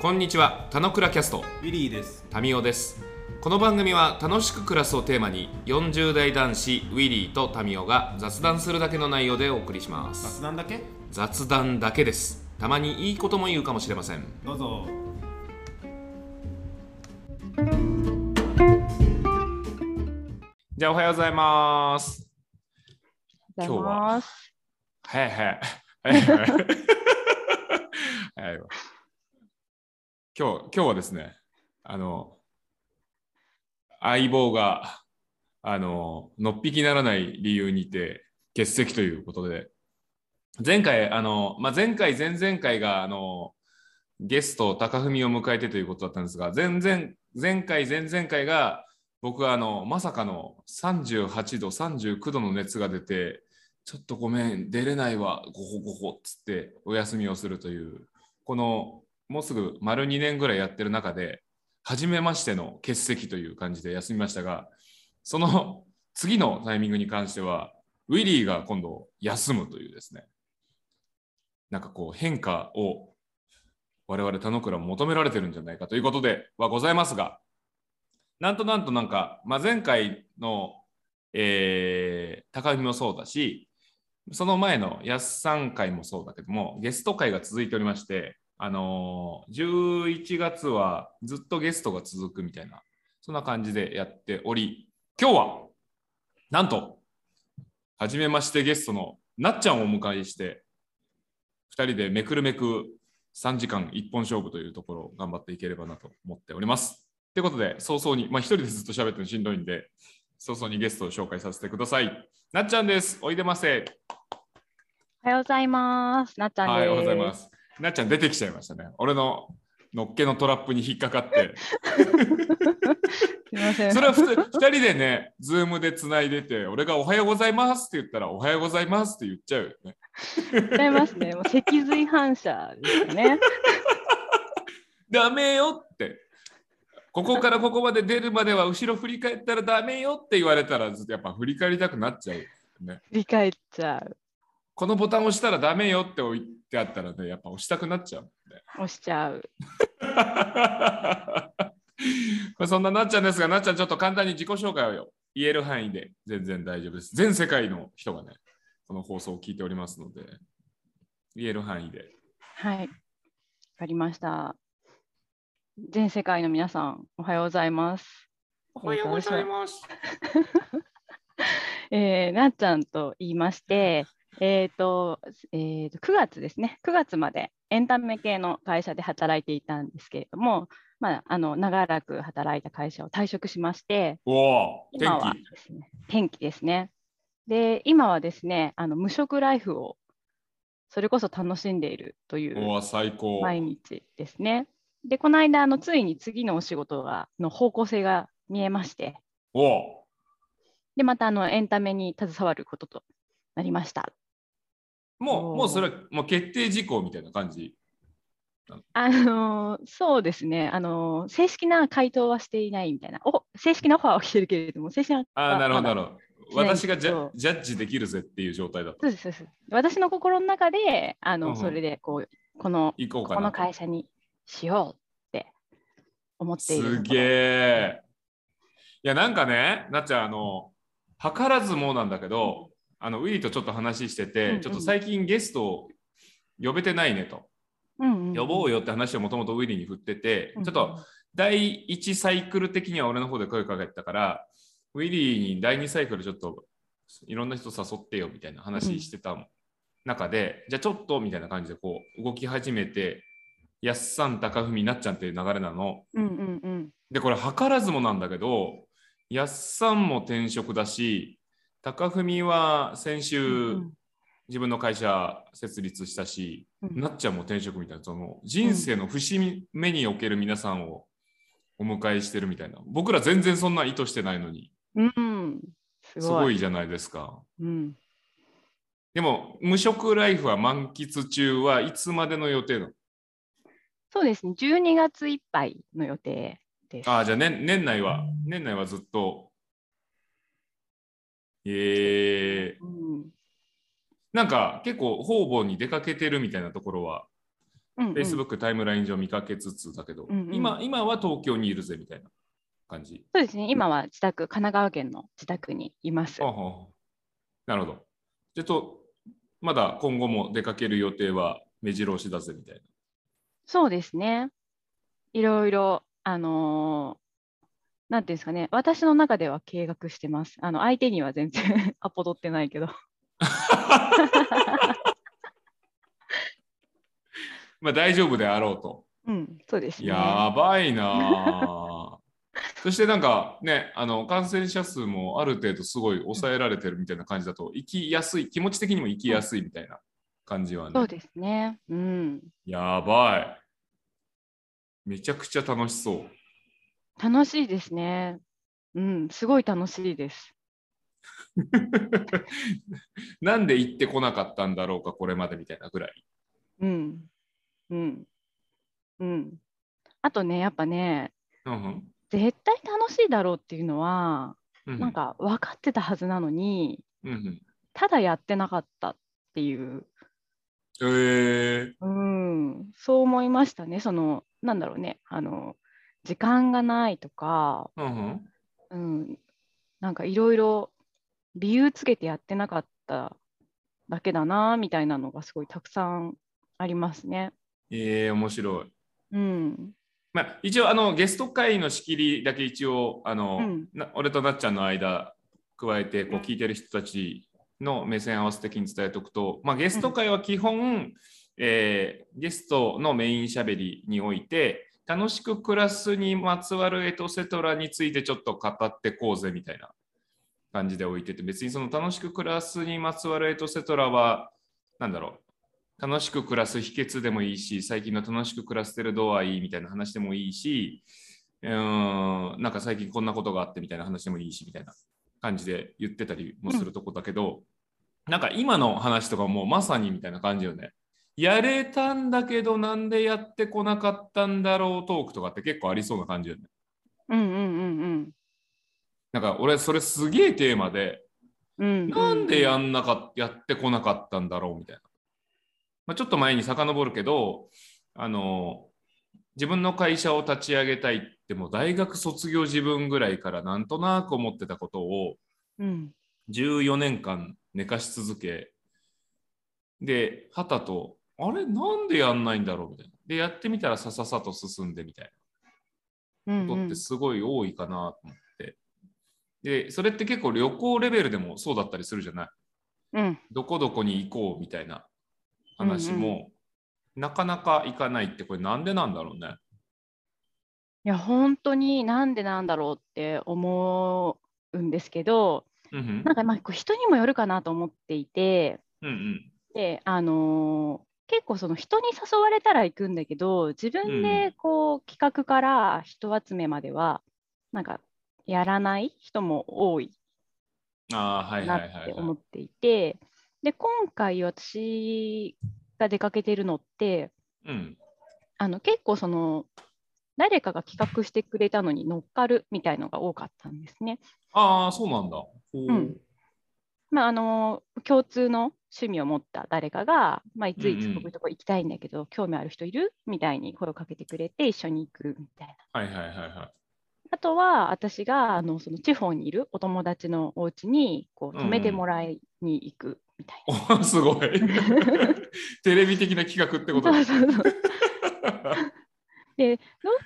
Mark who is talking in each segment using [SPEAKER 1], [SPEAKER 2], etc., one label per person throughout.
[SPEAKER 1] こんにちは、たのくらキャスト、
[SPEAKER 2] ウィリーです。
[SPEAKER 1] タミオです。この番組は楽しく暮らすをテーマに、40代男子ウィリーとタミオが雑談するだけの内容でお送りします。
[SPEAKER 2] 雑談だけ
[SPEAKER 1] 雑談だけです。たまにいいことも言うかもしれません。
[SPEAKER 2] どうぞ。
[SPEAKER 1] じゃあおはようございます。
[SPEAKER 3] ありがとうございます。
[SPEAKER 1] はいはい。はいはい。はい今日、今日はですね、あの、相棒が、あの、のっぴきならない理由にて欠席ということで、前回、あの、まあ、前回、前々回が、あの、ゲスト、高文を迎えてということだったんですが、前々、前回、前々回が、僕はあの、まさかの38度、39度の熱が出て、ちょっとごめん、出れないわ、ごほごほっつってお休みをするという、このもうすぐ丸2年ぐらいやってる中で、初めましての欠席という感じで休みましたが、その次のタイミングに関しては、ウィリーが今度休むというですね、なんかこう変化を我々田之倉も求められてるんじゃないかということではございますが、なんとなんとなんか、まあ、前回の、えー高見もそうだし、その前の安さん会もそうだけども、ゲスト会が続いておりまして、あのー11月はずっとゲストが続くみたいな、そんな感じでやっており、今日は、なんと、はじめましてゲストのなっちゃんをお迎えして、2人でめくるめく3時間一本勝負というところを頑張っていければなと思っております。ということで、早々に、まあ、1人でずっと喋ってるのしんどいんで、早々にゲストを紹介させてください。なっちゃんです。おいでませ。
[SPEAKER 3] おはようございます。なっちゃんです。
[SPEAKER 1] はい、おはようございま。す。なっちゃん出てきちゃいましたね。俺ののっけのトラップに引っかかって、
[SPEAKER 3] すみません。
[SPEAKER 1] それはふ2人でね、ズームでつないでて、俺がおはようございますって言ったら、おはようございますって言っちゃうよね。
[SPEAKER 3] ちゃいますね。もう脊髄反射ですよ ね。
[SPEAKER 1] ダメよって。ここからここまで出るまでは後ろ振り返ったらダメよって言われたらずっとやっぱ振り返りたくなっちゃう。
[SPEAKER 3] 振り返っちゃう。
[SPEAKER 1] このボタン押したらダメよって置いてあったらね、やっぱ押したくなっちゃう、ね。
[SPEAKER 3] 押しちゃう。
[SPEAKER 1] まあそんななっちゃんですが、なっちゃんちょっと簡単に自己紹介をよ言える範囲で全然大丈夫です。全世界の人がね、この放送を聞いておりますので、言える範囲で。
[SPEAKER 3] はい。わかりました。全世界の皆さん、おはようございます。
[SPEAKER 1] おはようございます。
[SPEAKER 3] えー、なっちゃんと言いまして、えーとえーと9月ですね、9月までエンタメ系の会社で働いていたんですけれども、まあ、あの長らく働いた会社を退職しまして、
[SPEAKER 1] おお、天
[SPEAKER 3] 今は
[SPEAKER 1] 気。
[SPEAKER 3] ですね天気ですね。で、今はですね、あの無職ライフをそれこそ楽しんでいるとい
[SPEAKER 1] お
[SPEAKER 3] う
[SPEAKER 1] お、最高。
[SPEAKER 3] 毎日ですね。で、この間、あのついに次のお仕事がの方向性が見えまして、
[SPEAKER 1] おお、
[SPEAKER 3] で、またあのエンタメに携わることとなりました。
[SPEAKER 1] も
[SPEAKER 3] お
[SPEAKER 1] う、
[SPEAKER 3] ー
[SPEAKER 1] もうそれ、もう決定事項みたいな感じ。
[SPEAKER 3] あのーそうですね、あのー正式な回答はしていないみたいな、お正式なオファーは来てるけれども、正式な
[SPEAKER 1] ああ、
[SPEAKER 3] あ
[SPEAKER 1] なるほど、な
[SPEAKER 3] まだ
[SPEAKER 1] るほど。
[SPEAKER 3] 常に
[SPEAKER 1] 私がジ
[SPEAKER 3] そ
[SPEAKER 1] ャ
[SPEAKER 3] う
[SPEAKER 1] ジャッジできるぜっていう状態だと。
[SPEAKER 3] そうですそうです私の心の中で、あの
[SPEAKER 1] うんうん
[SPEAKER 3] それでこうこの
[SPEAKER 1] 行こうか
[SPEAKER 3] こ
[SPEAKER 1] な
[SPEAKER 3] の
[SPEAKER 1] と。
[SPEAKER 3] 会社にしようって思っている
[SPEAKER 1] す
[SPEAKER 3] ところ
[SPEAKER 1] げえ。いや、なんかね、なっちゃん、あの、図らずもなんだけど、あのウィリーとちょっと話してて、
[SPEAKER 3] うんうん
[SPEAKER 1] ちょっと最近ゲストを呼べてないねと、
[SPEAKER 3] うんうん、
[SPEAKER 1] 呼ぼうよって話をもともとウィリーに振ってて、
[SPEAKER 3] うん
[SPEAKER 1] ちょっと、第1サイクル的には俺の方で声かけてたから、ウィリーに第2サイクルちょっといろんな人誘ってよみたいな話してた中で、じゃあちょっとみたいな感じでこう動き始めて、やっさん、高文、なっちゃんっていう流れなの。
[SPEAKER 3] うんうんうん
[SPEAKER 1] でこれ図らずもなんだけどやっさんも転職だし高文は先
[SPEAKER 3] う
[SPEAKER 1] 週
[SPEAKER 3] ん
[SPEAKER 1] 自分の会社設立したし、
[SPEAKER 3] うん
[SPEAKER 1] なっちゃんも転職みたいなその人生の節目における皆さんをお迎えしてるみたいな僕ら全然そんな意図してないのに
[SPEAKER 3] うんうんすごい
[SPEAKER 1] すごいじゃないですか。
[SPEAKER 3] うん、
[SPEAKER 1] でも無職ライフは満喫中はいつまでの予定なの
[SPEAKER 3] そうですね12月いっぱいの予定です
[SPEAKER 1] ああ、じゃあ年年内は年内はずっと。えー、
[SPEAKER 3] うん
[SPEAKER 1] なんか結構方々に出かけてるみたいなところは
[SPEAKER 3] うんうん
[SPEAKER 1] Facebook タイムライン上見かけつつだけど、
[SPEAKER 3] うんうん
[SPEAKER 1] 今今は東京にいるぜみたいな感じ。
[SPEAKER 3] そうですね、今は自宅、神奈川県の自宅にいます
[SPEAKER 1] あ。あなるほど。ちょっとまだ今後も出かける予定は目白押しだぜみたいな。
[SPEAKER 3] そうですね、いろいろ、あのーなんていうんですかね、私の中では計画してます。あの相手には全然 アポ取ってないけど。
[SPEAKER 1] まあ大丈夫であろうと。
[SPEAKER 3] うん、そうですね。
[SPEAKER 1] やばい なあそしてなんかね、あの感染者数もある程度すごい抑えられてるみたいな感じだと、生きやすい、気持ち的にも生きやすいみたいな感じは
[SPEAKER 3] そう
[SPEAKER 1] ね。
[SPEAKER 3] ですね。うん。
[SPEAKER 1] やばい。めちゃくちゃ楽しそう。
[SPEAKER 3] 楽しいですね。うん、すごい楽しいです。
[SPEAKER 1] なんで行ってこなかったんだろうか、これまでみたいなぐらい。
[SPEAKER 3] うん。うん。うん。あとね、やっぱね、
[SPEAKER 1] うんうん
[SPEAKER 3] 絶対楽しいだろうっていうのは、
[SPEAKER 1] う
[SPEAKER 3] なん、か分かってたはずなのに、
[SPEAKER 1] うんうん、
[SPEAKER 3] ただやってなかったっていう、
[SPEAKER 1] えー、
[SPEAKER 3] うん、そう思いましたね。その、なんだろうね、あの、時間がないとか、
[SPEAKER 1] うんうん、
[SPEAKER 3] うん、なんかいろいろ理由つけてやってなかっただけだなみたいなのがすごいたくさんありますね。
[SPEAKER 1] えー、面白い。
[SPEAKER 3] うん、
[SPEAKER 1] まあ、一応あのゲスト会の仕切りだけ一応あの、
[SPEAKER 3] うん
[SPEAKER 1] な俺となっちゃんの間加えてこう聞いてる人たちの目線合わせ的に伝えておくと、まあ、ゲスト会は基本、えーゲストのメインしゃべりにおいて楽しく暮らすにまつわるエトセトラについてちょっと語ってこうぜみたいな感じで置いてて別にその楽しく暮らすにまつわるエトセトラはなんだろう楽しく暮らす秘訣でもいいし最近の楽しく暮らしてる度合いみたいな話でもいいしうーんなんか最近こんなことがあってみたいな話でもいいしみたいな感じで言ってたりもするとこだけど、なんか今の話とかもうまさにみたいな感じよね。やれたんだけどなんでやってこなかったんだろうトークとかって結構ありそうな感じよね。
[SPEAKER 3] うんうんうん
[SPEAKER 1] なんか俺それすげえテーマで
[SPEAKER 3] うんうん。
[SPEAKER 1] なんでやんなかやってこなかったんだろうみたいな。まあ、ちょっと前に遡るけど、あの、自分の会社を立ち上げたいって、もう大学卒業自分ぐらいからなんとなく思ってたことを
[SPEAKER 3] うん
[SPEAKER 1] 14年間寝かし続け、で、はたと、あれ、なんでやんないんだろうみたいな。で、やってみたらさささと進んでみたいな。
[SPEAKER 3] うん
[SPEAKER 1] こ
[SPEAKER 3] う
[SPEAKER 1] とっ
[SPEAKER 3] ん
[SPEAKER 1] てすごい多いかなと思って。で、それって結構旅行レベルでもそうだったりするじゃない
[SPEAKER 3] うん
[SPEAKER 1] どこどこに行こうみたいな話も、なかなか行かないってこれなんでなんだろうね。
[SPEAKER 3] いや本当になんでなんだろうって思うんですけど
[SPEAKER 1] うん
[SPEAKER 3] なんかまあこう人にもよるかなと思っていて
[SPEAKER 1] うんうん
[SPEAKER 3] で、あのー結構その人に誘われたら行くんだけど自分
[SPEAKER 1] う
[SPEAKER 3] でこう企画から人集めまではなんかやらない人も多い
[SPEAKER 1] うん、ああはいは
[SPEAKER 3] ない
[SPEAKER 1] は
[SPEAKER 3] っ
[SPEAKER 1] い
[SPEAKER 3] て
[SPEAKER 1] はい、
[SPEAKER 3] 思っていて、で今回私が出かけてるのって
[SPEAKER 1] うん。
[SPEAKER 3] あの結構その誰かが企画してくれたのに乗っかるみたいのが多かったんですね。
[SPEAKER 1] ああそうなんだ。ほう
[SPEAKER 3] うんまああの共通の趣味を持った誰かが、まあ、いつい
[SPEAKER 1] うんう
[SPEAKER 3] つ
[SPEAKER 1] ん
[SPEAKER 3] こういうとこ行きたいんだけど、興味ある人いるみたいに声をかけてくれて一緒に行くみたいな。
[SPEAKER 1] はいはいはいは
[SPEAKER 3] あとは私があのその地方にいるお友達のお家にこ
[SPEAKER 1] う
[SPEAKER 3] う
[SPEAKER 1] んう
[SPEAKER 3] 泊
[SPEAKER 1] ん
[SPEAKER 3] めてもらいに行くみたい
[SPEAKER 1] い。 おすごい。テレビ的な企画ってこと
[SPEAKER 3] な。
[SPEAKER 1] だ。
[SPEAKER 3] そうそ うそうどっ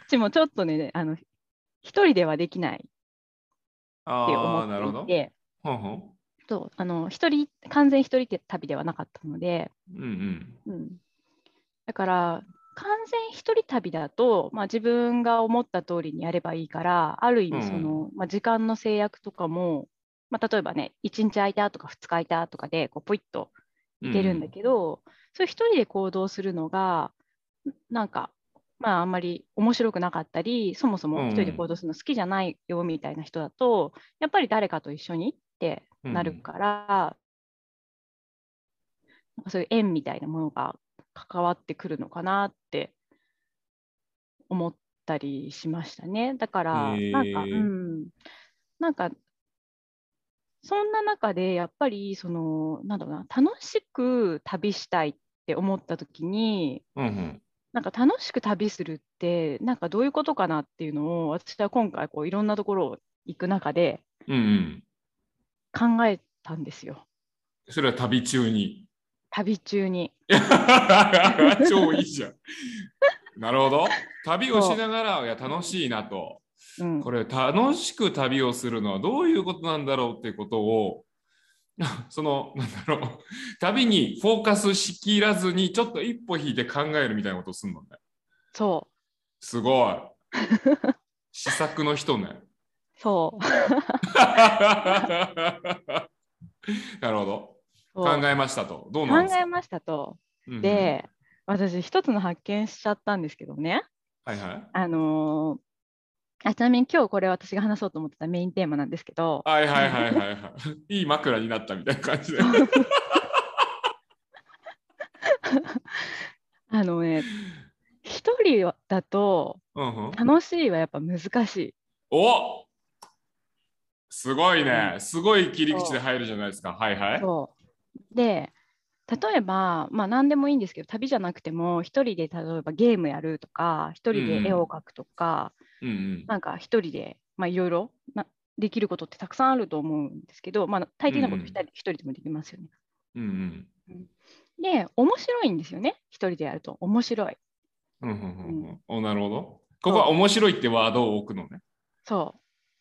[SPEAKER 3] ちもちょっとねあの一人ではできないって
[SPEAKER 1] ああなるほ
[SPEAKER 3] 思っ
[SPEAKER 1] ど
[SPEAKER 3] てい。て
[SPEAKER 1] ほんほん
[SPEAKER 3] そうあの一人完全一人って旅ではなかったので、
[SPEAKER 1] うんうん
[SPEAKER 3] うん、だから完全一人旅だと、まあ、自分が思った通りにやればいいからある意味その、まあ、時間の制約とかも、まあ、例えばね1日空いたとか2日空いたとかでこうポイッと
[SPEAKER 1] うん。
[SPEAKER 3] いけるんだけど、それ一人で行動するのがなんかまああんまり面白くなかったりそもそも一人で行動するの好きじゃないよみたいな人だと、やっぱり誰かと一緒にってなるから、なんかそういう縁みたいなものが関わってくるのかなって思ったりしましたね。だから
[SPEAKER 1] へー
[SPEAKER 3] なんか、うん、なんかそんな中でやっぱりそのなんだろうな楽しく旅したいって思った時に
[SPEAKER 1] うんうん。
[SPEAKER 3] なんか楽しく旅するってなんかどういうことかなっていうのを私は今回こういろんなところを行く中で
[SPEAKER 1] うんうん。
[SPEAKER 3] 考えたんですよ
[SPEAKER 1] それは旅中に。
[SPEAKER 3] 旅中に。
[SPEAKER 1] 超いいじゃん。なるほど。旅をしながら、いや、楽しいなと。
[SPEAKER 3] うん、
[SPEAKER 1] これ、楽しく旅をするのはどういうことなんだろうっていうことを、 その、なんだろう、旅にフォーカスしきらずに、ちょっと一歩引いて考えるみたいなことをするのね。
[SPEAKER 3] そ
[SPEAKER 1] すごい。試作の人ね。
[SPEAKER 3] うそう
[SPEAKER 1] なるほど。
[SPEAKER 3] そう
[SPEAKER 1] 考えましたと。どうなんで
[SPEAKER 3] 考
[SPEAKER 1] すか
[SPEAKER 3] えましたと。
[SPEAKER 1] うんうん
[SPEAKER 3] で、私一つの発見しちゃったんですけどね
[SPEAKER 1] はいはい。
[SPEAKER 3] あのーあちなみに今日これ私が話そうと思ってたメインテーマなんですけど
[SPEAKER 1] はいはいはいはいはい。いい枕になったみたいな感じで。
[SPEAKER 3] あのね一人だと
[SPEAKER 1] うんうん、
[SPEAKER 3] 楽しいはやっぱ難しい。
[SPEAKER 1] おすごいね。すごい切り口で入るじゃないですか。はいはい。
[SPEAKER 3] そうで例えば、まあ、何でもいいんですけど旅じゃなくても一人で例えばゲームやるとか一人で絵を描くとか、
[SPEAKER 1] うんうん。
[SPEAKER 3] なんか一人でまあいろいろなできることってたくさんあると思うんですけど、まあ、大抵のこ
[SPEAKER 1] うんう
[SPEAKER 3] と
[SPEAKER 1] ん
[SPEAKER 3] 一人,、一人でもできますよね。
[SPEAKER 1] うん
[SPEAKER 3] で面白いんですよね一人でやると面白い。
[SPEAKER 1] うん。うんうんうんうんおなるほど。ここは面白いってワードを置くのね。
[SPEAKER 3] そ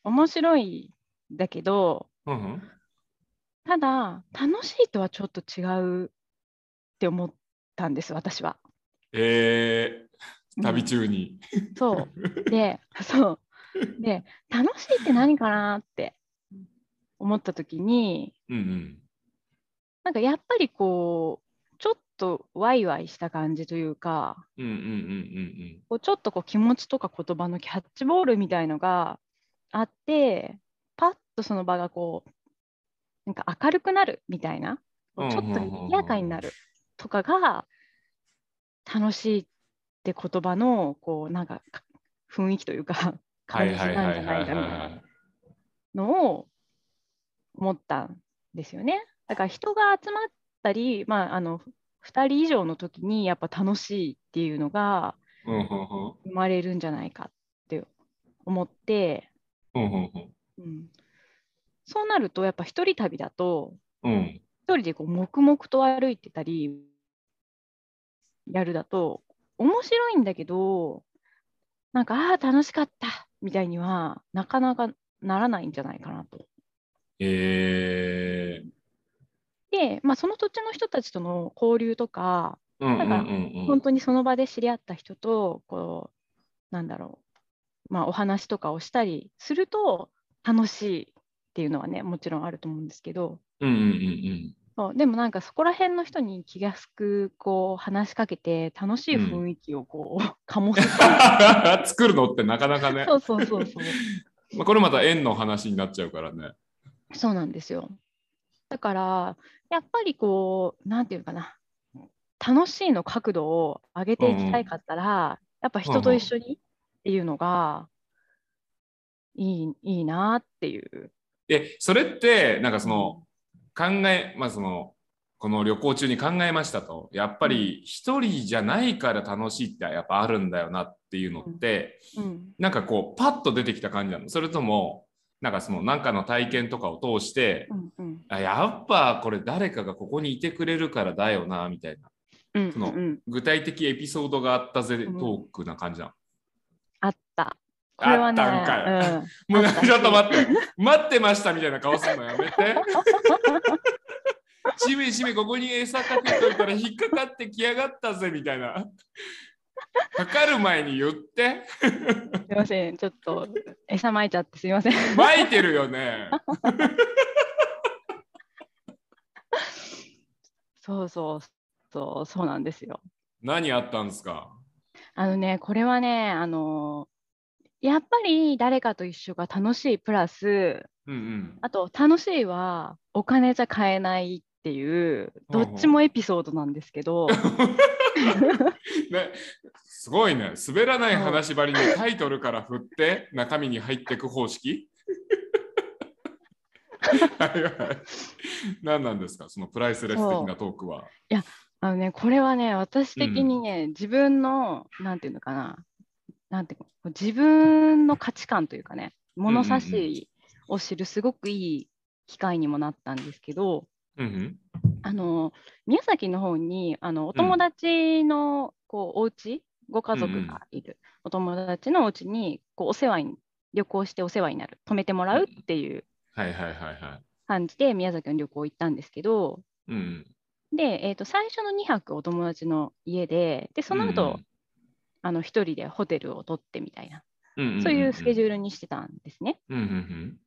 [SPEAKER 3] う面白いんだけど
[SPEAKER 1] うんうん、
[SPEAKER 3] ただ楽しいとはちょっと違うって思ったんです私は。
[SPEAKER 1] え
[SPEAKER 3] う
[SPEAKER 1] ー、
[SPEAKER 3] ん
[SPEAKER 1] 旅中に。
[SPEAKER 3] そう。で、そう。で、楽しいって何かなって思った時に、
[SPEAKER 1] うんうん。
[SPEAKER 3] なんかやっぱりこう、ちょっとワイワイした感じというか、
[SPEAKER 1] うんうんうんうん
[SPEAKER 3] こうちょっとこう気持ちとか言葉のキャッチボールみたいのがあって、パッとその場がこう、なんか明るくなるみたいな、ち
[SPEAKER 1] う
[SPEAKER 3] ょ
[SPEAKER 1] ん
[SPEAKER 3] っ
[SPEAKER 1] うん
[SPEAKER 3] と
[SPEAKER 1] うんうん
[SPEAKER 3] 賑やかになるとかが、楽しいって言葉の、こう、なんかか雰囲気というか、
[SPEAKER 1] は
[SPEAKER 3] 感
[SPEAKER 1] い
[SPEAKER 3] じ
[SPEAKER 1] はい
[SPEAKER 3] な
[SPEAKER 1] は
[SPEAKER 3] んじ
[SPEAKER 1] いはい
[SPEAKER 3] ゃな
[SPEAKER 1] い
[SPEAKER 3] かみたい
[SPEAKER 1] は。
[SPEAKER 3] ないのを思ったんですよね。だから人が集まったり、まあ、あの2人以上の時にやっぱ楽しいっていうのが
[SPEAKER 1] うんうんうん
[SPEAKER 3] 生まれるんじゃないかって思って、
[SPEAKER 1] うんうん
[SPEAKER 3] うん、そうなるとやっぱ一人旅だと
[SPEAKER 1] うんうん
[SPEAKER 3] 一人でこう黙々と歩いてたりやるだと面白いんだけどなんかああー楽しかったみたいにはなかなかならないんじゃないかなと
[SPEAKER 1] えー
[SPEAKER 3] で、まあ、その土地の人たちとの交流とか、
[SPEAKER 1] うんうんうんうん
[SPEAKER 3] 本当にその場で知り合った人と、こう、なんだろう、まあ、お話とかをしたりすると、楽しいっていうのはね、もちろんあると思うんですけど、
[SPEAKER 1] うんうんうん
[SPEAKER 3] そうでもなんかそこら辺の人に気がすく、こう、話しかけて、楽しい雰囲気をこう、醸すっ ていう。
[SPEAKER 1] うん 作るのってなかなかね
[SPEAKER 3] そ、うそうそうそう。
[SPEAKER 1] まあ、これまた縁の話になっちゃうからね。
[SPEAKER 3] そうなんですよ。だから、やっぱりこう、なんていうかな、楽しいの角度を上げていきたいかったら、やっぱ人と一緒にっていうのがいい,、いいなっていう。
[SPEAKER 1] でそれってなんかその考えまあそのこの旅行中に考えましたとやっぱり一人じゃないから楽しいってやっぱあるんだよなっていうのって、
[SPEAKER 3] うん、
[SPEAKER 1] なんかこうパッと出てきた感じなのそれともなんかそのなんかの体験とかを通して
[SPEAKER 3] うん、うん、
[SPEAKER 1] あやっぱこれ誰かがここにいてくれるからだよなみたいな
[SPEAKER 3] うん、
[SPEAKER 1] その
[SPEAKER 3] うん、
[SPEAKER 1] 具体的エピソードがあったぜト
[SPEAKER 3] ん
[SPEAKER 1] ークな感じなの。
[SPEAKER 3] あった。これはね、
[SPEAKER 1] あったんか
[SPEAKER 3] うん、
[SPEAKER 1] もうなん
[SPEAKER 3] あっ
[SPEAKER 1] か
[SPEAKER 3] た
[SPEAKER 1] ちょっと待って、待ってましたみたいな顔するのやめて。 しめしめここに餌かけといたら引っかかってきやがったぜみたいな。かかる前に言って、
[SPEAKER 3] すいません、ちょっと餌まいちゃってすいません。
[SPEAKER 1] 巻いてるよね。
[SPEAKER 3] そうそうそう、そうなんですよ。
[SPEAKER 1] 何あったんですか
[SPEAKER 3] あのね、これはね、あのやっぱり誰かと一緒が楽しいプラス、
[SPEAKER 1] うん
[SPEAKER 3] あと、楽しいはお金じゃ買えないっていう、
[SPEAKER 1] ほう
[SPEAKER 3] ど
[SPEAKER 1] ほう
[SPEAKER 3] っちもエピソードなんですけ ど、
[SPEAKER 1] うん。ね、すごいね。滑らない話ばりにタイトルから振って中身に入ってく方式 はいはい。何なんですかそのプライスレス的なトークは。
[SPEAKER 3] あのね、これはね、私的にね、自分の、なんていうのかな、なんていうの自分の価値観というかね、物差しを知るすごくいい機会にもなったんですけど、
[SPEAKER 1] うん
[SPEAKER 3] あの宮崎の方にあのお友達のこうお家ご家
[SPEAKER 1] うんう
[SPEAKER 3] 族
[SPEAKER 1] ん
[SPEAKER 3] がいる、お友達のお家にこうお世話に旅行してお世話になる泊めてもらうっていう
[SPEAKER 1] はいはいはいは
[SPEAKER 3] 感じで宮崎の旅行行ったんですけど
[SPEAKER 1] い。うん。
[SPEAKER 3] で、えー、と最初の2泊お友達の家ででその後、あの1人でホテルを取ってみたいな
[SPEAKER 1] うん、うん
[SPEAKER 3] そういうスケジュ
[SPEAKER 1] ー
[SPEAKER 3] ールにしてたんですね。
[SPEAKER 1] ル。うんうん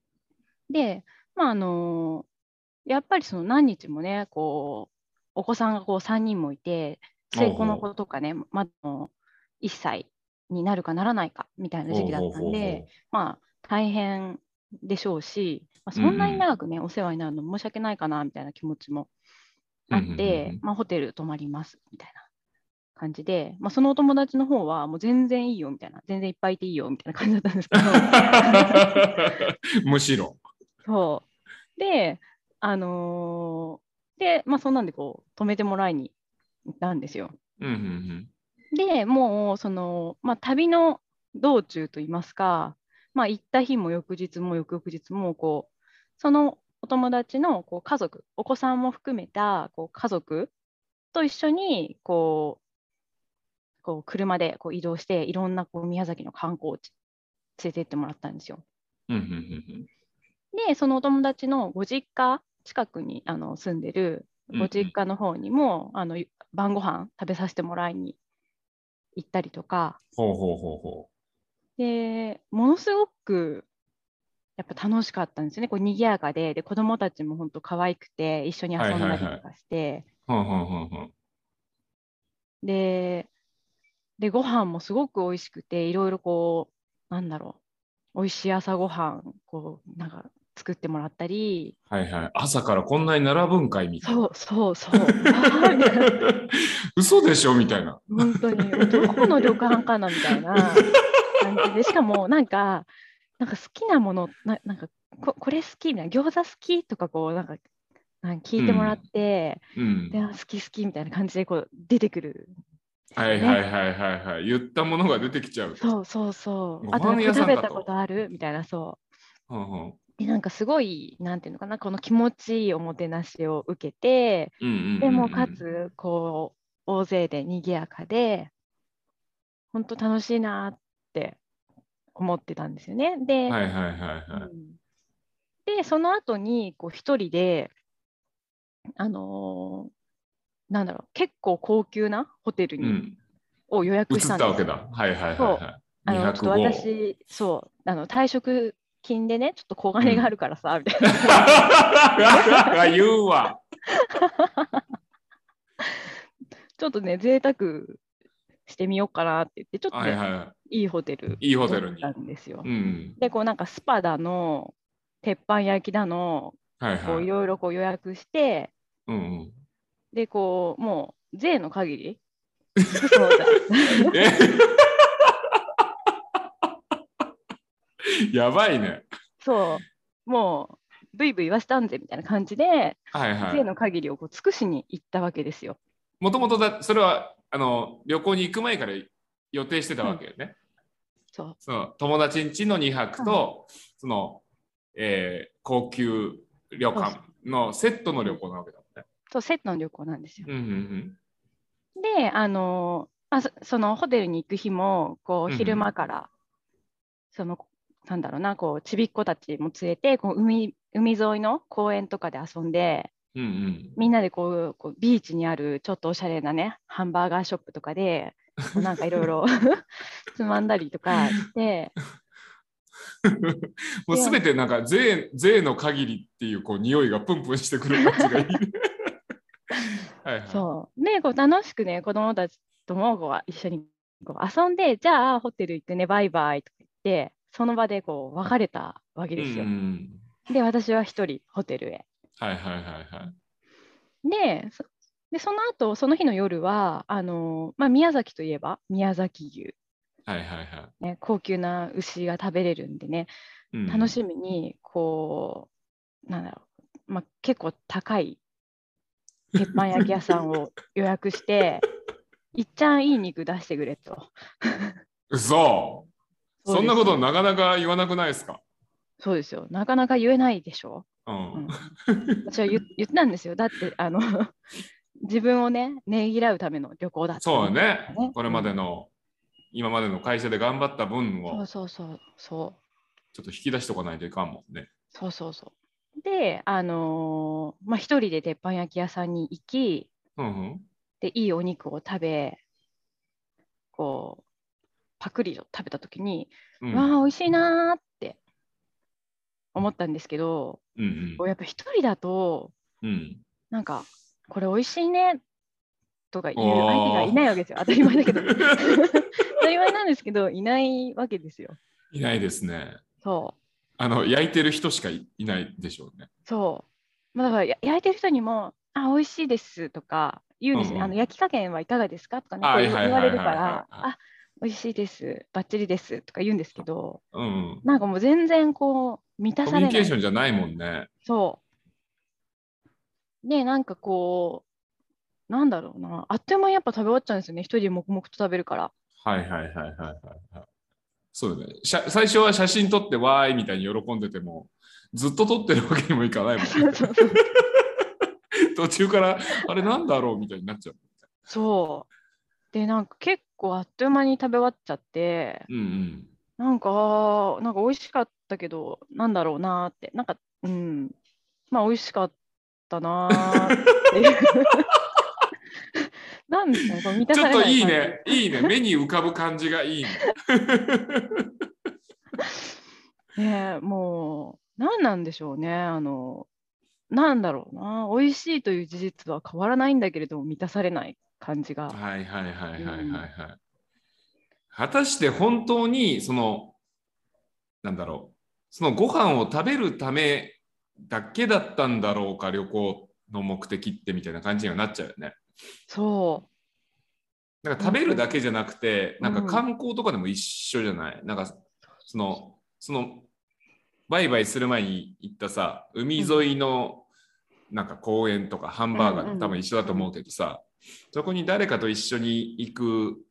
[SPEAKER 3] で、まああのやっぱりその何日もねこうお子さんがこう3人もいて末っ子の子とかねまだあの1歳になるかならないかみたい
[SPEAKER 1] うん。
[SPEAKER 3] な時期だったんでまあ大変でしょうし、まあ、
[SPEAKER 1] うんう
[SPEAKER 3] そ
[SPEAKER 1] ん
[SPEAKER 3] んなに長くねお世話になるの申し訳ないかなみたいな気持ちもあっ
[SPEAKER 1] うんうんうんう
[SPEAKER 3] て
[SPEAKER 1] ん
[SPEAKER 3] まあホテル泊まりますみたいな感じでまあそのお友達の方はもう全然いいよみたいな全然いっぱいいていいよみたいな感じだったんですけ
[SPEAKER 1] ほう。
[SPEAKER 3] ど。
[SPEAKER 1] むしろ。
[SPEAKER 3] そう。で、あのーで、まあ、そんなんでこう、止めてもらいに行ったんですよ。
[SPEAKER 1] うんうん
[SPEAKER 3] で、もう、その、まあ、旅の道中といいますか、まあ、行った日も翌日も翌々日も、こう、そのお友達のこう家族、お子さんも含めたこう家族と一緒に、こう、こう車でこう移動して、いろんなこう宮崎の観光地、連れてってもらったんですよ。
[SPEAKER 1] うん。うんうん
[SPEAKER 3] で、そのお友達のご実家近くにあの住んでる
[SPEAKER 1] うん
[SPEAKER 3] ご実家の方にも、あのゆ晩ご飯食べさせてもらいに行ったりとか
[SPEAKER 1] ほうほうほうほ
[SPEAKER 3] でものすごくやっぱ楽しかったんですよねこう賑やかでで子供たちも本当可愛くて一緒に遊んだりとかして、
[SPEAKER 1] う。ほうほうほうほう。
[SPEAKER 3] ででご飯もすごく美味しくていろいろこうなんだろう美味しい朝ごはんこうなんか作ってもらったり
[SPEAKER 1] はいはい。朝からこんなに並ぶんかいみたいな。
[SPEAKER 3] そうそうそう わーみたいな。
[SPEAKER 1] 嘘でしょみたいな。
[SPEAKER 3] 本当にどこの旅館かなみたいな感じでしかもなんかなんか好きなものななんかここれ好きみたいな餃子好きとかこうなんかなんか聞いてもらって、
[SPEAKER 1] うん
[SPEAKER 3] で。あ好き好きみたいな感じでこう出てくる
[SPEAKER 1] はいはいはいはいはい。言ったものが出てきちゃう。
[SPEAKER 3] そうそうそう
[SPEAKER 1] ご
[SPEAKER 3] あと
[SPEAKER 1] 飯
[SPEAKER 3] ね
[SPEAKER 1] 屋さん
[SPEAKER 3] 食
[SPEAKER 1] かと
[SPEAKER 3] べたことあるみたいなそ
[SPEAKER 1] ほうほう
[SPEAKER 3] うでなんかすごいなんていうのかなこの気持ちいいおもてなしを受けて
[SPEAKER 1] うんうんうんうん
[SPEAKER 3] でもかつこう大勢で賑やかで本当楽しいなって思ってたんですよね。で,、
[SPEAKER 1] はいはいはいは
[SPEAKER 3] うんでその後にこう一人であのーなんだろう結構高級なホテル
[SPEAKER 1] い。
[SPEAKER 3] に、
[SPEAKER 1] うん。
[SPEAKER 3] を予
[SPEAKER 1] 映
[SPEAKER 3] 約
[SPEAKER 1] っ
[SPEAKER 3] したん
[SPEAKER 1] た
[SPEAKER 3] ですよ
[SPEAKER 1] わけだ。はいはいはい
[SPEAKER 3] あ
[SPEAKER 1] はい。
[SPEAKER 3] のちょっと
[SPEAKER 1] 205。
[SPEAKER 3] 私そうあの退職金でねちょっと小金があるからさ、みたいな
[SPEAKER 1] 言うわ。
[SPEAKER 3] ちょっとね贅沢してみようかなって言ってちょっと
[SPEAKER 1] は
[SPEAKER 3] ね、
[SPEAKER 1] いは
[SPEAKER 3] い、
[SPEAKER 1] い
[SPEAKER 3] ホテル
[SPEAKER 1] い。いいホテルに
[SPEAKER 3] だ。ったんですよ。
[SPEAKER 1] うん。
[SPEAKER 3] でこうなんかスパだの鉄板焼きだの
[SPEAKER 1] はい
[SPEAKER 3] こ
[SPEAKER 1] は
[SPEAKER 3] うい
[SPEAKER 1] い。
[SPEAKER 3] ろいろこう予約して
[SPEAKER 1] うんうん、
[SPEAKER 3] でこうもう税の 限りそうだ
[SPEAKER 1] え やばいね。
[SPEAKER 3] そうもうブイブイ言わしたんぜみたいな感じで、
[SPEAKER 1] はいは
[SPEAKER 3] 税
[SPEAKER 1] い。
[SPEAKER 3] の限りをこう尽くしに行ったわけですよ。
[SPEAKER 1] もともとだそれはあの旅行に行く前から予定してたわけよね。
[SPEAKER 3] そう
[SPEAKER 1] その友達ん家の2泊と、その、えー高級旅館のセットの旅行なわけだもんね。
[SPEAKER 3] そうセットの旅行なんですよ。
[SPEAKER 1] うんうん
[SPEAKER 3] であのまあ、そそのホテルに行く日もこ
[SPEAKER 1] うんう
[SPEAKER 3] うん昼間から、そのなんだろうなこうちびっ子たちも連れてこう海海沿いの公園とかで遊んで。
[SPEAKER 1] うん。うんうん
[SPEAKER 3] みんなでこうこうビーチにあるちょっとおしゃれなねハンバーガーショップとかでこうなんかいろいろ つまんだりとかして
[SPEAKER 1] もうすべてなんか税税の限りっていうこう匂いがプンプンしてくる感じがいいね。 はいはい。
[SPEAKER 3] そうでこう楽しくね子供たちともこう一緒にこう遊んでじゃあホテル行ってねバイバイとか言ってその場でこう別れたわけ
[SPEAKER 1] うんう
[SPEAKER 3] ですよ。
[SPEAKER 1] ん。
[SPEAKER 3] で私は一人ホテルへ。
[SPEAKER 1] はいはいはいはい。
[SPEAKER 3] でそでその後その日の夜はあの、まあ、宮崎といえば宮崎牛、
[SPEAKER 1] はいはいは
[SPEAKER 3] ね、高級な牛が食べれるんでね
[SPEAKER 1] い。うん
[SPEAKER 3] 楽しみにこうなんだろう、まあ、結構高い鉄板焼き屋さんを予 約して、いっちゃんいい肉出してくれと。
[SPEAKER 1] 嘘
[SPEAKER 3] そうです
[SPEAKER 1] そんなことなかなか言わなくないですか
[SPEAKER 3] そうですよ。なかなか言えないでしょ。
[SPEAKER 1] うん。
[SPEAKER 3] うん、私は 言言ったんですよ。だって、あの 自分をね、ねぎらうための旅行だって
[SPEAKER 1] そうだね
[SPEAKER 3] ね。
[SPEAKER 1] これまでの、今までの会社で頑張った分
[SPEAKER 3] そう
[SPEAKER 1] を
[SPEAKER 3] そうそうそう。
[SPEAKER 1] ちょっと引き出しておかないといかんもんね。
[SPEAKER 3] そうそうそう。で、あのーまあ、一人で鉄板焼き屋さんに行き、
[SPEAKER 1] うんうん。
[SPEAKER 3] で、いいお肉を食べ、こう、パクリと食べたときに、
[SPEAKER 1] うん
[SPEAKER 3] わあ、美味しいなーって思ったんですけど、
[SPEAKER 1] うん
[SPEAKER 3] こうやっぱ一人だと、
[SPEAKER 1] うん。うん
[SPEAKER 3] なんか、これ美味しいねとか言う
[SPEAKER 1] あー
[SPEAKER 3] 相手がいないわけですよ。当たり前 だけど。当たり前なんですけど、いないわけですよ。
[SPEAKER 1] いないですね。
[SPEAKER 3] そう。
[SPEAKER 1] あの、焼いてる人しかいいないでしょうね。
[SPEAKER 3] そう。まあ、だからや焼いてる人にも、あ、美味しいですとか言うんですね。
[SPEAKER 1] うんうん
[SPEAKER 3] あの焼き加減はいかがですかとかね、
[SPEAKER 1] あ
[SPEAKER 3] こう言
[SPEAKER 1] はい
[SPEAKER 3] 言
[SPEAKER 1] は
[SPEAKER 3] わ
[SPEAKER 1] いはい
[SPEAKER 3] れ
[SPEAKER 1] はい
[SPEAKER 3] るか
[SPEAKER 1] はい
[SPEAKER 3] ら、あ、美味しいです、バッチリですとか言うんですけど、
[SPEAKER 1] うんうん。
[SPEAKER 3] なんかもう全然こう満た
[SPEAKER 1] コ
[SPEAKER 3] さ
[SPEAKER 1] ミュ
[SPEAKER 3] れ
[SPEAKER 1] ニケ
[SPEAKER 3] な
[SPEAKER 1] ーシ
[SPEAKER 3] い。
[SPEAKER 1] ョンじゃないもんね。
[SPEAKER 3] そう。で、なんかこう、なんだろうな、あっという間にやっぱ食べ終わっちゃうんですよね、一人で黙々と食べる から。
[SPEAKER 1] はいはいはいはいはいはい。そうだね。写最初は写真撮ってわーいみたいに喜んでても、ずっと撮ってるわけにもいかない もん
[SPEAKER 3] そう
[SPEAKER 1] ね。
[SPEAKER 3] そうそう
[SPEAKER 1] 途中から、あれなんだろうみたいになっちゃう。
[SPEAKER 3] そう。で、なんか結構あっという間に食べ終わっちゃって、
[SPEAKER 1] うんうん。
[SPEAKER 3] なんか、あーなんか美味しかったけど、なんだろうなーって、なんか、うん、まあ美味しかったなーっ ていう。なんですかね、こう満た
[SPEAKER 1] ち
[SPEAKER 3] さ
[SPEAKER 1] ょっ
[SPEAKER 3] れない
[SPEAKER 1] といい
[SPEAKER 3] 感じ
[SPEAKER 1] ね。いいね。目に浮かぶ感じがいいね。
[SPEAKER 3] ねえもう、なんなんでしょうね、あの、なんだろうな、美味しいという事実は変わらないんだけれども、満たされない感じが。
[SPEAKER 1] はいはいはいはいはい、
[SPEAKER 3] うん
[SPEAKER 1] はい。果たして本当にそのなんだろうそのご飯を食べるためだけだったんだろうか旅行の目的ってみたいな感じにはなっちゃうよね。
[SPEAKER 3] そ
[SPEAKER 1] なんか食べるだけじゃなくて、
[SPEAKER 3] うん
[SPEAKER 1] なんか観光とかでも一緒じゃない、なんかそのそのバイバイする前に行ったさ海沿いのなんか公園とかハンバーガー
[SPEAKER 3] うん
[SPEAKER 1] と
[SPEAKER 3] うん
[SPEAKER 1] 多分一緒だと思うけどさ、そこに誰かと一緒に行く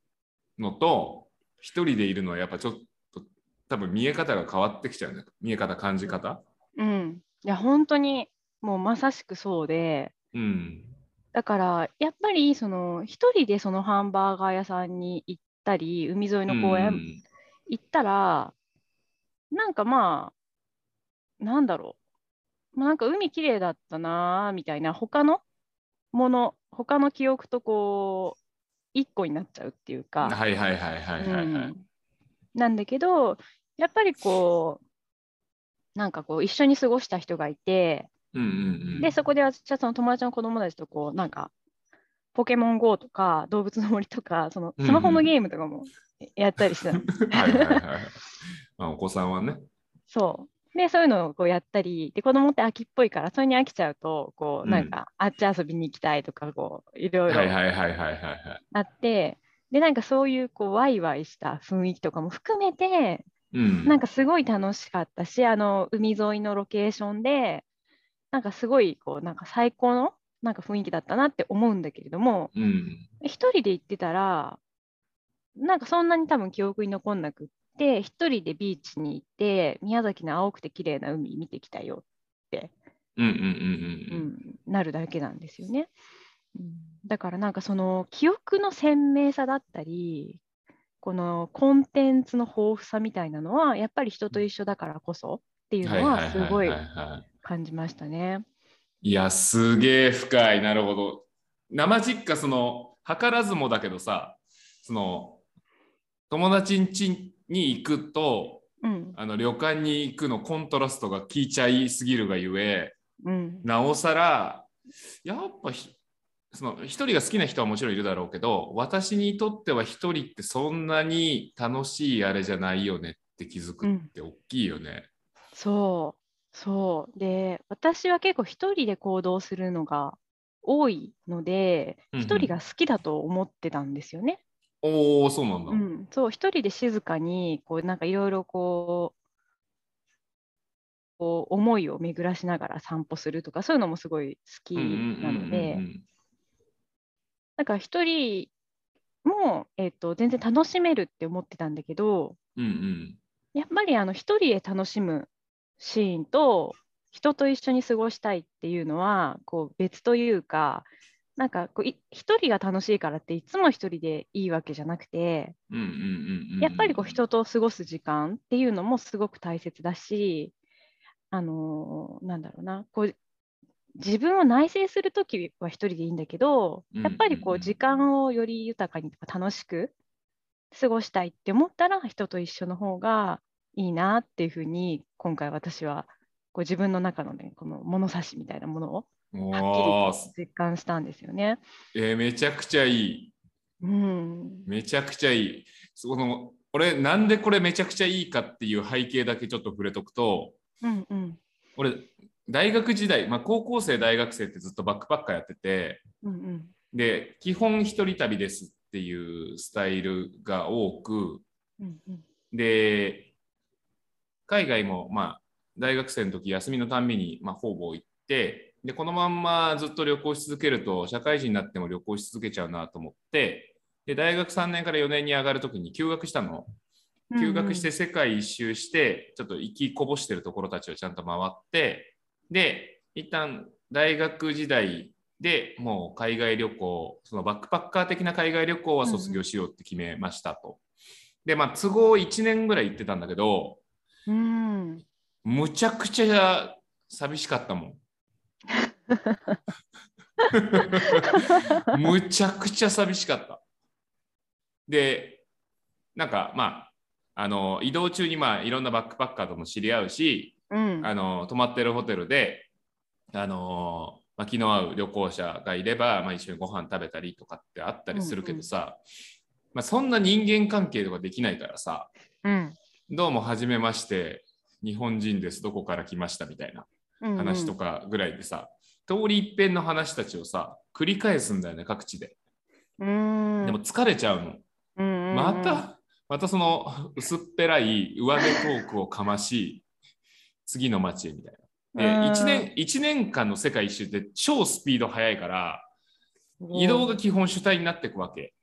[SPEAKER 1] のと一人でいるのはやっぱちょっと多分見え方が変わってきちゃうね見え方感じ方。
[SPEAKER 3] う、うん。いや、本当に、もうまさしくそうで、
[SPEAKER 1] うん、
[SPEAKER 3] だからやっぱりその一人でそのハンバーガー屋さんに行ったり海沿いの公
[SPEAKER 1] う
[SPEAKER 3] 園
[SPEAKER 1] ん
[SPEAKER 3] 行ったら、なんかまあなんだろう、まあ、なんか海綺麗だったなーみたいな他のもの他の記憶とこう一個になっちゃうっていうか、
[SPEAKER 1] はいはいはいはいはいはい。
[SPEAKER 3] うんなんだけどやっぱりこうなんかこう一緒に過ごした人がいて
[SPEAKER 1] うんうんうん
[SPEAKER 3] で、そこで私はその友達の子供たちとこう、なんか、ポケモン GO とか、動物の森とか、そ
[SPEAKER 1] う
[SPEAKER 3] の
[SPEAKER 1] んうん
[SPEAKER 3] スマホのゲームとかもやったりして たの、
[SPEAKER 1] はいはいはいはい。まあお子さんはね。
[SPEAKER 3] そう。で、そういうのをこうやったり、で、子供って飽きっぽいから、それに飽きちゃうと、こ
[SPEAKER 1] う
[SPEAKER 3] う、
[SPEAKER 1] ん
[SPEAKER 3] なんか、あっち遊びに行きたいとか、こう、いろいろ
[SPEAKER 1] はいはいはいはいはいはい。
[SPEAKER 3] あって、で、なんかそういう、こう、ワイワイした雰囲気とかも含めて、
[SPEAKER 1] うん
[SPEAKER 3] なんかすごい楽しかったし、あの、海沿いのロケーションで、なんかすごい、こう、なんか最高の、なんか雰囲気だったなって思うんだけれども、
[SPEAKER 1] うん。
[SPEAKER 3] 一人で行ってたら、なんかそんなに多分記憶に残んなくって、一人でビーチに行って、宮崎の青くて綺麗な海見てきたよ、
[SPEAKER 1] うんうんうん
[SPEAKER 3] う
[SPEAKER 1] うん。
[SPEAKER 3] ん、なるだけなんですよね。うん、だからなんかその記憶の鮮明さだったり、このコンテンツの豊富さみたいなのは、やっぱり人と一緒だからこそっていううんのはすごい
[SPEAKER 1] はいは
[SPEAKER 3] 感じましたね。
[SPEAKER 1] い。いや、すげえ深い。なるほど。生実家、その、図らずもだけどさ、その、友達ん家に行くと、
[SPEAKER 3] うん、
[SPEAKER 1] あの旅館に行くのコントラストが効いちゃいすぎるがゆえ、
[SPEAKER 3] うん、
[SPEAKER 1] なおさら、やっぱひ、その一人が好きな人はもちろんいるだろうけど、私にとっては一人ってそんなに楽しいあれじゃないよねって気づくって大きいよね。
[SPEAKER 3] そう、そう。で、私は結構一人で行動するのが多いので、
[SPEAKER 1] うんうん
[SPEAKER 3] 一人が好きだと思ってたんですよね。
[SPEAKER 1] おお、そうなんだ。
[SPEAKER 3] うん、そう、一人で静かに、こう、なんかいろいろここう思いを巡らしながら散歩するとかそういうのもすごい好きなのでなんか一人も、えっと全然楽しめるって思ってたんだけど
[SPEAKER 1] うんうん
[SPEAKER 3] やっぱりあの一人で楽しむシーンと人と一緒に過ごしたいっていうのはこう別というかなんかこうい一人が楽しいからっていつも一人でいいわけじゃなくて
[SPEAKER 1] うんうんうんうん
[SPEAKER 3] やっぱりこう人と過ごす時間っていうのもすごく大切だし、あのーなんだろうなこう自分を内省するときは一人でいいんだけど
[SPEAKER 1] うん
[SPEAKER 3] やっぱりこ
[SPEAKER 1] うんう
[SPEAKER 3] うん時間をより豊かにとか楽しく過ごしたいって思ったら人と一緒の方がいいなっていうふうに今回私はこう自分の中のねこの物差しみたいなものをは
[SPEAKER 1] お
[SPEAKER 3] っ
[SPEAKER 1] ー
[SPEAKER 3] きり実感したんですよね。
[SPEAKER 1] えーめちゃくちゃいい
[SPEAKER 3] うん、
[SPEAKER 1] めちゃくちゃいいその俺なんでこれめちゃくちゃいいかっていう背景だけちょっと触れとくと
[SPEAKER 3] うん、うん、
[SPEAKER 1] 俺大学時代、まあ、高校生大学生ってずっとバックパッカーやってて
[SPEAKER 3] うん、うん、
[SPEAKER 1] で基本一人旅ですっていうスタイルが多く
[SPEAKER 3] うん、うん、
[SPEAKER 1] で海外もまあ大学生の時休みのたんびにまあ方々行ってでこのまんまずっと旅行し続けると社会人になっても旅行し続けちゃうなと思ってで大学3年から4年に上がる時に休学したの休学して世界一周してちょっと行きこぼしてるところたちをちゃんと回ってで一旦大学時代でもう海外旅行そのバックパッカー的な海外旅行は卒業しようって決めましたと。でまあ都合1年ぐらい行ってたんだけど
[SPEAKER 3] うん、うん、
[SPEAKER 1] むちゃくちゃ寂しかった もん。むちゃくちゃ寂しかった。で、なんかまあ、あの移動中にまあいろんなバックパッカーとも知り合うし、
[SPEAKER 3] うん、
[SPEAKER 1] あの泊まってるホテルで、あのまあ、気の合う旅行者がいれば、まあ、一緒にご飯食べたりとかってあったりするけどさ、まあ、そんな人間関係とかできないからさ、
[SPEAKER 3] うん
[SPEAKER 1] どうも初めまして、日本人です、どこから来ましたみたいな。話とかぐらいでさ、通り一遍の話たちをさ繰り返すんだよね各地で
[SPEAKER 3] うん、
[SPEAKER 1] でも疲れちゃうの、
[SPEAKER 3] うんうんうん、
[SPEAKER 1] またまたその薄っぺらい上辺トークをかまし次の街へみたいなで
[SPEAKER 3] うん
[SPEAKER 1] 1年一年間の世界一周って超スピード速いから
[SPEAKER 3] うん
[SPEAKER 1] 移動が基本主体になっていくわけ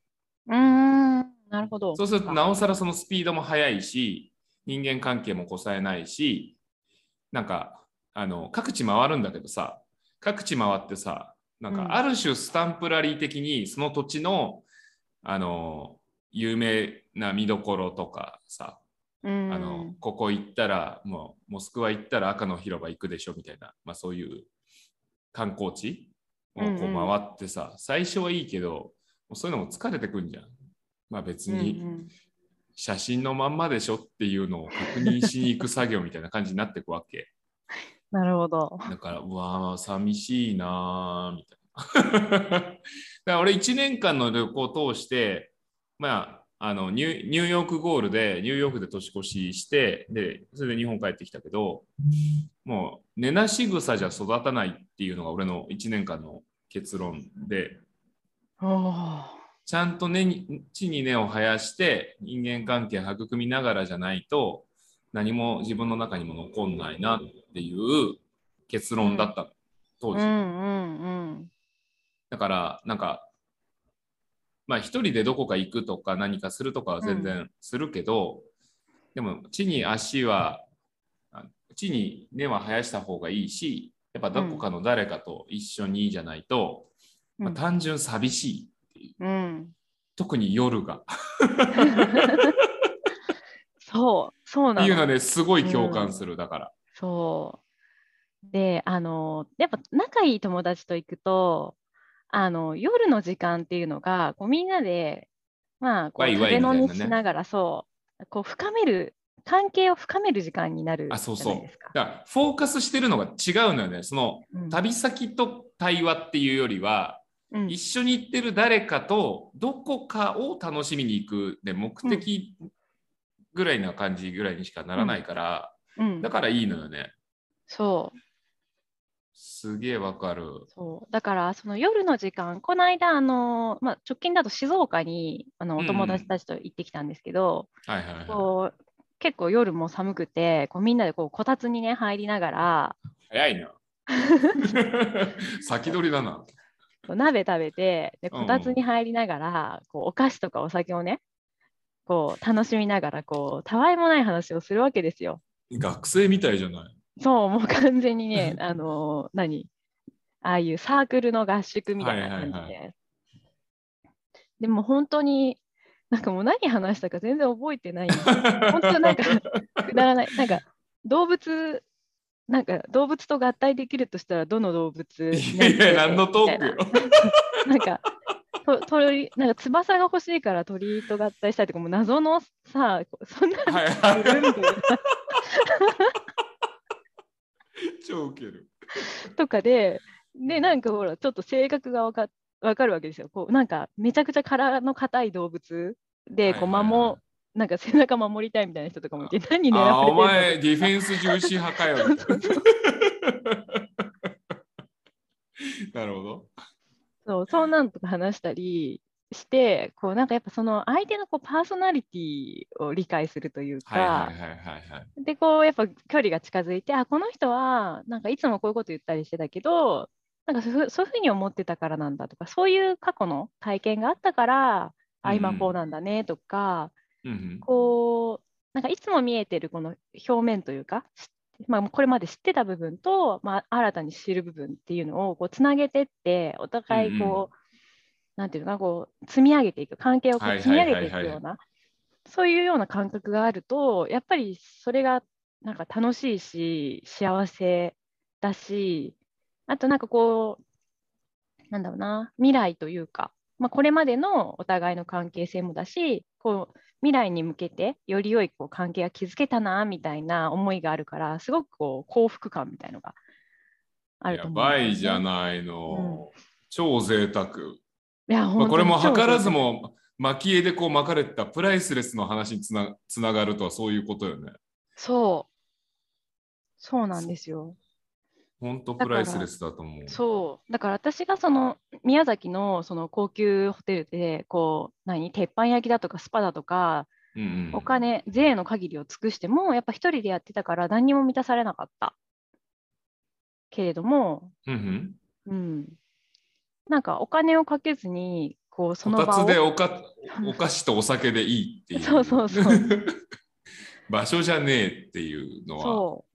[SPEAKER 3] うんなるほど
[SPEAKER 1] そうするとなおさらそのスピードも速いし人間関係もこさえないしなんかあの各地回るんだけどさ各地回ってさなん
[SPEAKER 3] うん
[SPEAKER 1] かある種スタンプラリー的にその土地のあの有名な見どころとかさ
[SPEAKER 3] うん
[SPEAKER 1] あのここ行ったらもうモスクワ行ったら赤の広場行くでしょみたいな、まあ、そういう観光地をこう
[SPEAKER 3] うんうん
[SPEAKER 1] 回ってさ、最初はいいけどもうそういうのも疲れてくんじゃん。まあ別
[SPEAKER 3] うんう
[SPEAKER 1] に
[SPEAKER 3] ん
[SPEAKER 1] 写真のまんまでしょっていうのを確認しに行く作業みたいな感じになってくわけ。
[SPEAKER 3] なるほど
[SPEAKER 1] だから、うわー、寂しいなーみたいな。だ から俺1年間の旅行を通して、まあ、あのニューニューヨークゴールでニューヨークで年越ししてでそれで日本帰ってきたけどもう寝なし草じゃ育たないっていうのが俺の1年間の結論で
[SPEAKER 3] おー
[SPEAKER 1] ちゃんと根に地に根を生やして人間関係育みながらじゃないと何も自分の中にも残んないなっていう結論だったの、当
[SPEAKER 3] うん
[SPEAKER 1] 時、
[SPEAKER 3] うんうん
[SPEAKER 1] だからなんかまあ一人でどこか行くとか何かするとかは全然するけど、でも地に足はあ地に根は生やした方がいいしやっぱどこかの誰かと一緒にじゃないと、まあ、
[SPEAKER 3] うん
[SPEAKER 1] 単純寂しい
[SPEAKER 3] うん
[SPEAKER 1] 特に夜が
[SPEAKER 3] そうそう
[SPEAKER 1] っ
[SPEAKER 3] な
[SPEAKER 1] ていうの
[SPEAKER 3] の
[SPEAKER 1] はねすごい共感する、だから。
[SPEAKER 3] そうであのやっぱ仲いい友達と行くとあの夜の時間っていうのがこうみんなでまあこう
[SPEAKER 1] ワイ
[SPEAKER 3] 食
[SPEAKER 1] ワイ
[SPEAKER 3] べ
[SPEAKER 1] みたいな
[SPEAKER 3] 飲
[SPEAKER 1] ね
[SPEAKER 3] みしながらそうこう深める関係を深める時間になる
[SPEAKER 1] あそう
[SPEAKER 3] じゃ
[SPEAKER 1] そう
[SPEAKER 3] ないですか
[SPEAKER 1] だからフォーカスしてるのが違うのよねその
[SPEAKER 3] うん
[SPEAKER 1] 旅先と対話っていうよりは、
[SPEAKER 3] うん
[SPEAKER 1] 一緒に行ってる誰かとどこかを楽しみに行くで目的ぐらいな感じぐらいにしかならないから、
[SPEAKER 3] うん
[SPEAKER 1] だからいいのよね
[SPEAKER 3] そう
[SPEAKER 1] すげえわかる
[SPEAKER 3] そうだからその夜の時間この間あの、まあ、直近だと静岡にあの
[SPEAKER 1] うん
[SPEAKER 3] お
[SPEAKER 1] うん
[SPEAKER 3] 友達たちと行ってきたんですけど、
[SPEAKER 1] はいはいはい
[SPEAKER 3] こう結構夜も寒くてこうみんなでこうこたつにね入りながら
[SPEAKER 1] 早 いな。先取りだな。
[SPEAKER 3] こう鍋食べてで
[SPEAKER 1] うん
[SPEAKER 3] こたつに入りながら、こうお菓子とかお酒をねこう楽しみながらこうたわいもない話をするわけですよ。
[SPEAKER 1] 学生みたいじゃない。
[SPEAKER 3] そうもう完全に ねあの何ああいうサークルの合宿みたいな感じで、
[SPEAKER 1] はいはい
[SPEAKER 3] でも本当になんかもう何話したか全然覚えてないんです よ本当なんかくだらないなんか動物なんか動物と合体できるとしたらどの動物に
[SPEAKER 1] い
[SPEAKER 3] な
[SPEAKER 1] や
[SPEAKER 3] り
[SPEAKER 1] い
[SPEAKER 3] たい
[SPEAKER 1] や、何のトーク
[SPEAKER 3] み
[SPEAKER 1] よ。
[SPEAKER 3] たいななんかと鳥なんか翼が欲しいから鳥と合体したいとかもう謎のさそんな
[SPEAKER 1] はい
[SPEAKER 3] のいるんだよ
[SPEAKER 1] 超ウケる。
[SPEAKER 3] とかででなんかほらちょっと性格がわかわかるわけですよこうなんかめちゃくちゃ殻の硬い動物でこう
[SPEAKER 1] はいはいはい
[SPEAKER 3] 守、なんか背中守りたいみたいな人とかもいて何狙
[SPEAKER 1] あー、お
[SPEAKER 3] われて
[SPEAKER 1] 前、ディフェンス重視派か よ。なるほど。
[SPEAKER 3] そう、そうなんとか話したりして、こうなんかやっぱその相手のこうパーソナリティを理解するという
[SPEAKER 1] はいは
[SPEAKER 3] か
[SPEAKER 1] い、はいはいはい。
[SPEAKER 3] で、こうやっぱ距離が近づいて、あ、この人はなんかいつもこういうこと言ったりしてたけど、なんかそういうふうそういうふうに思ってたからなんだとか、そういう過去の体験があったから、あ、
[SPEAKER 1] うんうん
[SPEAKER 3] 今こうなんだねとか、
[SPEAKER 1] うんうん
[SPEAKER 3] こう、なんかいつも見えてるこの表面というか、しまあ、これまで知ってた部分と、まあ、新たに知る部分っていうのをこうつなげてって、お互いこう、
[SPEAKER 1] うんうん
[SPEAKER 3] なんていうのかな、こう積み上げていく、関係をこ
[SPEAKER 1] はいうはい
[SPEAKER 3] 積み上げていく
[SPEAKER 1] はいはい
[SPEAKER 3] ような、そういうような感覚があると、やっぱりそれがなんか楽しいし、幸せだし、あとなんかこう、なんだろうな、未来というか、まあ、これまでのお互いの関係性もだし、こう未来に向けてより良いこう関係が築けたなみたいな思いがあるから、すごくこう幸福感みたいのがあると
[SPEAKER 1] や
[SPEAKER 3] 思うん
[SPEAKER 1] ば
[SPEAKER 3] ですよね、
[SPEAKER 1] いじゃないの。超贅沢。
[SPEAKER 3] いや、
[SPEAKER 1] まあ、
[SPEAKER 3] 本
[SPEAKER 1] これ
[SPEAKER 3] 当に
[SPEAKER 1] も
[SPEAKER 3] 超
[SPEAKER 1] 図らず
[SPEAKER 3] 贅沢
[SPEAKER 1] も蒔絵でこう巻かれてたプライスレスの話につなつながるとはそういうことよね。
[SPEAKER 3] そう。そうなんですよ。
[SPEAKER 1] 本当プライスレスだと思う。
[SPEAKER 3] そう。だから私がその宮崎のその高級ホテルで、こう、何、鉄板焼きだとかスパだとか、
[SPEAKER 1] うんうん
[SPEAKER 3] お金、税の限りを尽くしても、やっぱ一人でやってたから何にも満たされなかった。けれども、
[SPEAKER 1] うんうん
[SPEAKER 3] うん。なんかお金をかけずに、こう、その
[SPEAKER 1] こた
[SPEAKER 3] 場
[SPEAKER 1] つで
[SPEAKER 3] を。
[SPEAKER 1] お かお菓子とお酒でいい っていう。
[SPEAKER 3] そうそうそう。
[SPEAKER 1] 場所じゃねえっていうのは。
[SPEAKER 3] そう。